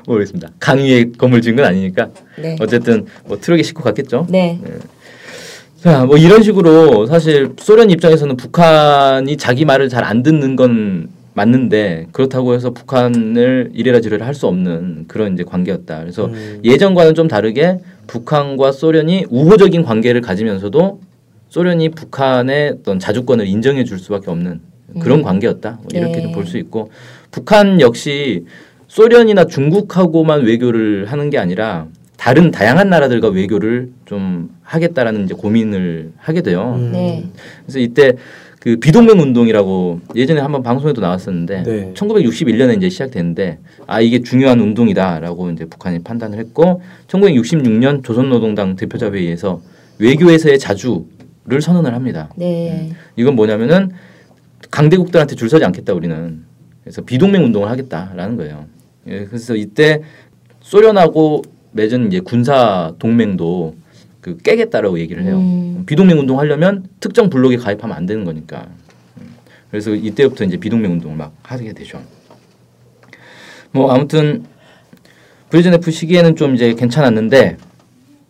Speaker 3: 모르겠습니다. 강 위에 건물 지은 건 아니니까
Speaker 1: 네.
Speaker 3: 어쨌든 뭐 트럭에 싣고 갔겠죠.
Speaker 1: 네.
Speaker 3: 자, 뭐 이런 식으로 사실 소련 입장에서는 북한이 자기 말을 잘 안 듣는 건 맞는데 그렇다고 해서 북한을 이래라 저래라 할 수 없는 그런 이제 관계였다. 그래서
Speaker 2: 음.
Speaker 3: 예전과는 좀 다르게 북한과 소련이 우호적인 관계를 가지면서도 소련이 북한의 어떤 자주권을 인정해 줄 수밖에 없는 그런 관계였다. 뭐 이렇게
Speaker 1: 네.
Speaker 3: 좀 볼 수 있고 북한 역시 소련이나 중국하고만 외교를 하는 게 아니라 다른 다양한 나라들과 외교를 좀 하겠다라는 이제 고민을 하게 돼요.
Speaker 2: 음.
Speaker 1: 네.
Speaker 3: 그래서 이때 그 비동맹 운동이라고 예전에 한번 방송에도 나왔었는데
Speaker 2: 네.
Speaker 3: 1961년에 이제 시작됐는데 아 이게 중요한 운동이다라고 이제 북한이 판단을 했고 1966년 조선노동당 대표자회의에서 외교에서의 자주를 선언을 합니다.
Speaker 1: 네.
Speaker 3: 이건 뭐냐면은 강대국들한테 줄 서지 않겠다 우리는 그래서 비동맹 운동을 하겠다라는 거예요. 예, 그래서 이때 소련하고 맺은 이제 군사 동맹도 그 깨겠다라고 얘기를 해요.
Speaker 1: 음.
Speaker 3: 비동맹 운동 하려면 특정 블록에 가입하면 안 되는 거니까. 음, 그래서 이때부터 이제 비동맹 운동을 막 하게 되죠. 뭐 아무튼 브리즈네프 시기에는 좀 이제 괜찮았는데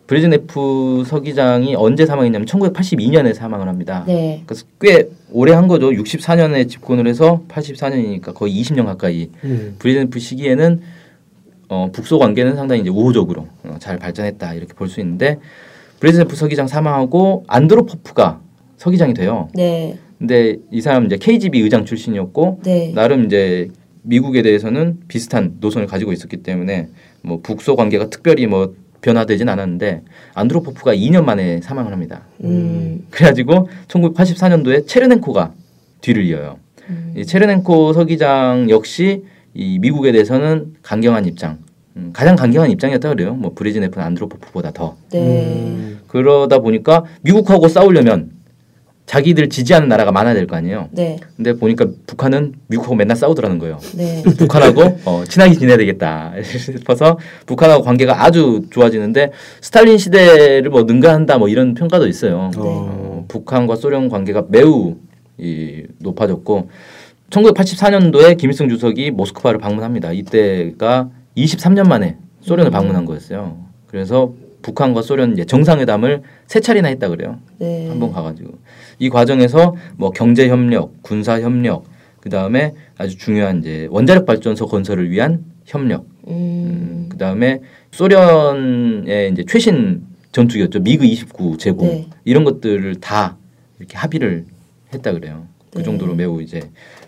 Speaker 3: 브리즈네프 서기장이 언제 사망했냐면 1982년에 사망을 합니다.
Speaker 1: 네.
Speaker 3: 그래서 꽤 오래 한 거죠. 64년에 집권을 해서 84년이니까 거의 20년 가까이
Speaker 2: 음.
Speaker 3: 브리덴프 시기에는 어, 북소 관계는 상당히 이제 우호적으로 어, 잘 발전했다 이렇게 볼 수 있는데 브리덴프 서기장 사망하고 안드로포프가 서기장이 돼요.
Speaker 1: 네.
Speaker 3: 근데 이 사람 이제 KGB 의장 출신이었고
Speaker 1: 네.
Speaker 3: 나름 이제 미국에 대해서는 비슷한 노선을 가지고 있었기 때문에 뭐 북소 관계가 특별히 뭐 변화되진 않았는데 안드로포프가 2년 만에 사망을 합니다.
Speaker 1: 음.
Speaker 3: 그래가지고 1984년도에 체르넨코가 뒤를 이어요.
Speaker 1: 음.
Speaker 3: 이 체르넨코 서기장 역시 이 미국에 대해서는 강경한 입장, 음, 가장 강경한 입장이었다 그래요. 뭐 브레지네프나 안드로포프보다 더
Speaker 1: 네.
Speaker 2: 음.
Speaker 3: 그러다 보니까 미국하고 싸우려면 자기들 지지하는 나라가 많아야 될 거 아니에요.
Speaker 1: 네.
Speaker 3: 근데 보니까 북한은 미국하고 맨날 싸우더라는 거예요.
Speaker 1: 네.
Speaker 3: 북한하고 어, 친하게 지내야 되겠다 싶어서 북한하고 관계가 아주 좋아지는데 스탈린 시대를 뭐 능가한다 뭐 이런 평가도 있어요.
Speaker 1: 네.
Speaker 2: 어.
Speaker 3: 어, 북한과 소련 관계가 매우 이, 높아졌고 1984년도에 김일성 주석이 모스크바를 방문합니다. 이때가 23년 만에 소련을 방문한 거였어요. 그래서 북한과 소련 이제 정상회담을 세 차례나 했다 그래요.
Speaker 1: 네.
Speaker 3: 한 번 가가지고 이 과정에서 뭐 경제 협력, 군사 협력, 그 다음에 아주 중요한 이제 원자력 발전소 건설을 위한 협력,
Speaker 1: 음.
Speaker 3: 그 다음에 소련의 이제 최신 전투기였죠 미그 29 제공
Speaker 1: 네.
Speaker 3: 이런 것들을 다 이렇게 합의를 했다 그래요. 그
Speaker 1: 네.
Speaker 3: 정도로 매우 이제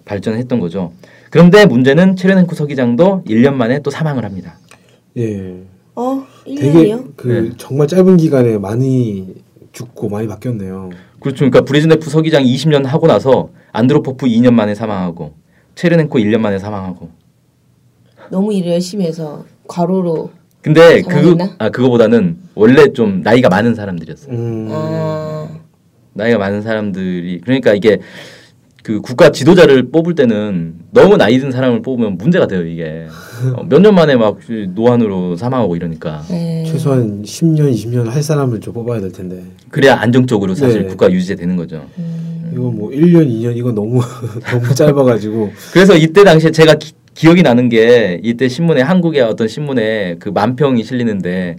Speaker 3: 발전했던 거죠. 그런데 문제는 체르넨코 서기장도 1년 만에 또 사망을 합니다.
Speaker 2: 예.
Speaker 1: 어,
Speaker 2: 되게
Speaker 1: 1년이요?
Speaker 2: 그
Speaker 3: 네.
Speaker 2: 정말 짧은 기간에 많이 죽고 많이 바뀌었네요.
Speaker 3: 그렇죠. 그러니까 브레즈네프 서기장 20년 하고 나서 안드로포프 2년 만에 사망하고 체르넨코 1년 만에 사망하고.
Speaker 1: 너무 일을 열심히 해서 과로로
Speaker 3: 근데 그
Speaker 1: 사망했나?
Speaker 3: 아 그거보다는 원래 좀 나이가 많은 사람들이었어요.
Speaker 2: 음.
Speaker 1: 아.
Speaker 3: 나이가 많은 사람들이 그러니까 이게 그 국가 지도자를 뽑을 때는 너무 나이 든 사람을 뽑으면 문제가 돼요 이게 어, 몇 년 만에 막 노안으로 사망하고 이러니까
Speaker 1: 네.
Speaker 2: 최소한 10년, 20년 할 사람을 좀 뽑아야 될 텐데.
Speaker 3: 그래야 안정적으로 사실
Speaker 2: 네.
Speaker 3: 국가 유지되는 거죠.
Speaker 1: 음.
Speaker 2: 이거 뭐 1년, 2년 이건 너무 (laughs) 너무 짧아 가지고
Speaker 3: 그래서 이때 당시에 제가 기, 기억이 나는 게 이때 신문에 한국의 어떤 신문에 그 만평이 실리는데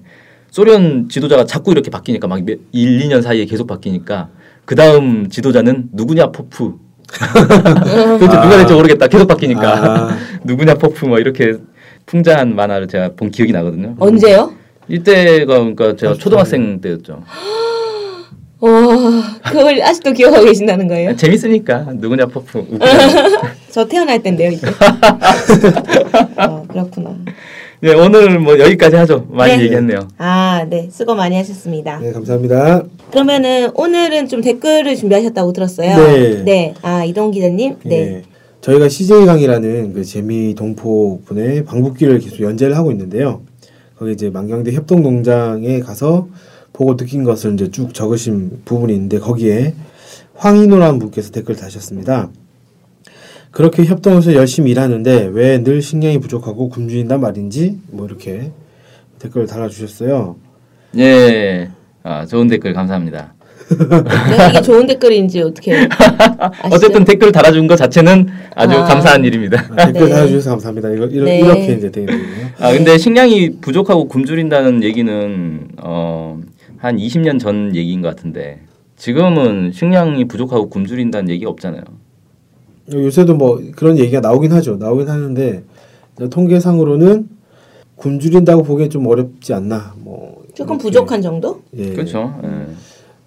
Speaker 3: 소련 지도자가 자꾸 이렇게 바뀌니까 막 몇- 1, 2년 사이에 계속 바뀌니까 그 다음 지도자는
Speaker 2: (laughs)
Speaker 3: 누구냐 포프 도대체
Speaker 2: 아.
Speaker 3: 누가 될지 모르겠다 계속 바뀌니까
Speaker 2: 아.
Speaker 3: 누구냐 포프 막 이렇게 풍자한 만화를 제가 본 기억이 나거든요.
Speaker 1: 언제요?
Speaker 3: 이때가 그러니까 제가 초등학생 때였죠.
Speaker 1: 와, 어, 그걸 아직도 기억하고 계신다는 거예요?
Speaker 3: 재밌으니까 누구냐 포프 웃고
Speaker 1: 저 태어날 땐데요,
Speaker 3: (laughs)
Speaker 1: 이제. 어, 그렇구나.
Speaker 3: 네, 오늘 뭐 여기까지 하죠. 많이
Speaker 1: 네.
Speaker 3: 얘기했네요.
Speaker 1: 아, 네. 수고 많이 하셨습니다.
Speaker 2: 네, 감사합니다.
Speaker 1: 그러면은 오늘은 좀 댓글을 준비하셨다고 들었어요.
Speaker 2: 네.
Speaker 1: 네. 아, 이동 기자님? 네.
Speaker 2: 예. 저희가 CJ 강이라는 그 재미 동포 분의 방북기를 계속 연재를 하고 있는데요. 거기 이제 만경대 협동 농장에 가서 보고 느낀 것을 이제 쭉 적으신 부분이 있는데 거기에 황인호라는 분께서 댓글 다셨습니다. 그렇게 협동에서 열심히 일하는데 왜 늘 식량이 부족하고 굶주린단 말인지 뭐 이렇게 댓글 달아주셨어요.
Speaker 3: 예. 아, 좋은 댓글 감사합니다.
Speaker 1: 내가 이게 좋은 댓글인지
Speaker 3: (laughs)
Speaker 1: 어떻게 아시죠?
Speaker 3: 어쨌든 댓글 달아준 것 자체는 아주
Speaker 1: 아.
Speaker 3: 감사한 일입니다.
Speaker 2: 아, 댓글
Speaker 1: 네.
Speaker 2: 달아주셔서 감사합니다. 이거 이렇-
Speaker 1: 네.
Speaker 2: 이렇게 이제 되겠네요.
Speaker 3: 아 근데 식량이 부족하고 굶주린다는 얘기는 어한 20년 전 얘기인 것 같은데 지금은 식량이 부족하고 굶주린다는 얘기 없잖아요.
Speaker 2: 요새도 뭐 그런 얘기가 나오긴 하죠. 나오긴 하는데 이제 통계상으로는 굶주린다고 보기엔 좀 어렵지 않나. 뭐
Speaker 1: 조금
Speaker 2: 이렇게.
Speaker 1: 부족한 정도?
Speaker 2: 예.
Speaker 3: 그렇죠. 예.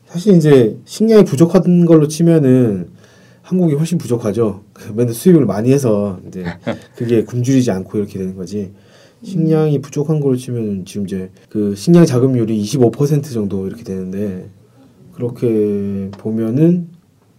Speaker 2: 사실 이제 식량이 부족한 걸로 치면은 한국이 훨씬 부족하죠. 그 맨날 수입을 많이 해서
Speaker 3: (laughs)
Speaker 2: 이제 그게 굶주리지 않고 이렇게 되는 거지. 식량이 부족한 걸로 치면은 지금 이제 그 식량 자급률이 25% 정도 이렇게 되는데 그렇게 보면은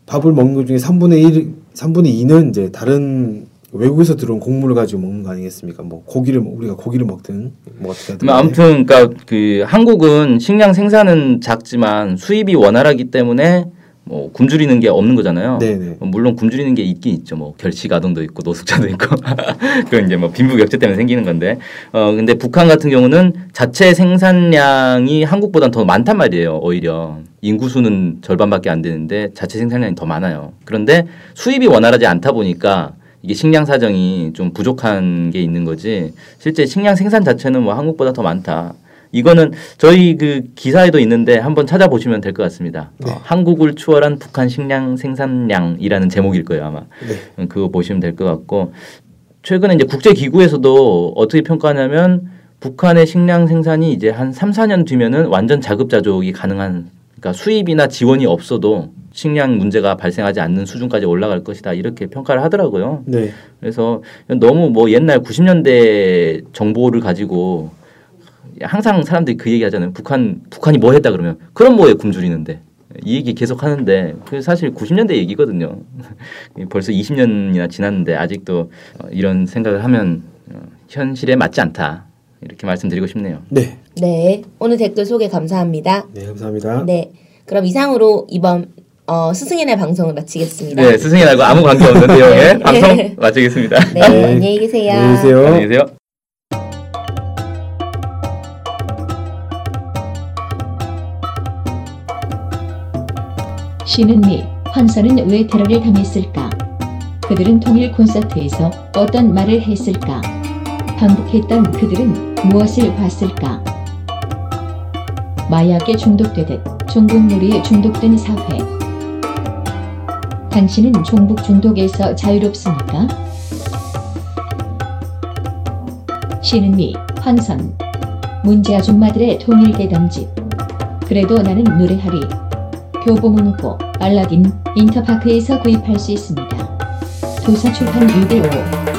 Speaker 2: 밥을 먹는 것 중에 3분의 1, 3분의 2는 이제 다른 외국에서 들어온 곡물을 가지고 먹는 거 아니겠습니까? 뭐 고기를 먹- 우리가 고기를 먹든 뭐 어떻게 하든
Speaker 3: 뭐 아무튼 그러니까 그 한국은 식량 생산은 작지만 수입이 원활하기 때문에 뭐 굶주리는 게 없는 거잖아요. 뭐
Speaker 2: 네네.
Speaker 3: 물론 굶주리는 게 있긴 있죠. 뭐 결식 아동도 있고 노숙자도 있고 (laughs) 그건 이제 뭐 빈부격차 때문에 생기는 건데 어 근데 북한 같은 경우는 자체 생산량이 한국보단 더 많단 말이에요. 오히려 인구 수는 절반밖에 안 되는데 자체 생산량이 더 많아요. 그런데 수입이 원활하지 않다 보니까 이게 식량 사정이 좀 부족한 게 있는 거지 실제 식량 생산 자체는 뭐 한국보다 더 많다. 이거는 저희 그 기사에도 있는데 한번 찾아보시면 될 것 같습니다. 어, 한국을 추월한 북한 식량 생산량이라는 제목일 거예요 아마.
Speaker 2: 네.
Speaker 3: 음, 그거 보시면 될 것 같고 최근에 이제 국제 기구에서도 어떻게 평가하냐면 북한의 식량 생산이 이제 한 3, 4년 뒤면은 완전 자급자족이 가능한 그러니까 수입이나 지원이 없어도 식량 문제가 발생하지 않는 수준까지 올라갈 것이다 이렇게 평가를 하더라고요.
Speaker 2: 네.
Speaker 3: 그래서 너무 뭐 옛날 90년대 정보를 가지고 항상 사람들이 그 얘기 하잖아요. 북한 북한이 뭐 했다 그러면 그럼 뭐에 굶주리는데 이 얘기 계속 하는데 그 사실 90년대 얘기거든요. (laughs) 벌써 20년이나 지났는데 아직도 어, 이런 생각을 하면 어, 현실에 맞지 않다 이렇게 말씀드리고 싶네요.
Speaker 2: 네.
Speaker 1: 네. 오늘 댓글 소개 감사합니다.
Speaker 2: 네, 감사합니다.
Speaker 1: 네. 그럼 이상으로 이번 어, 스승의 날 방송을 마치겠습니다.
Speaker 3: 네 스승의 날과 아무 관계 없는 (laughs) 내용의 방송 마치겠습니다.
Speaker 1: 네,
Speaker 2: 네.
Speaker 1: 안녕히 계세요.
Speaker 2: 안녕히 계세요.
Speaker 3: 안녕히 계세요.
Speaker 4: 신은미, 환선은 왜 테러를 당했을까? 그들은 통일 콘서트에서 어떤 말을 했을까? 반복했던 그들은 무엇을 봤을까? 마약에 중독되듯 종북놀이에 중독된 사회. 당신은 종북 중독에서 자유롭습니까? 신은미, 환선. 문제 아줌마들의 통일 계단집. 그래도 나는 노래하리. 교보문고, 알라딘, 인터파크에서 구입할 수 있습니다. 도서 출판 615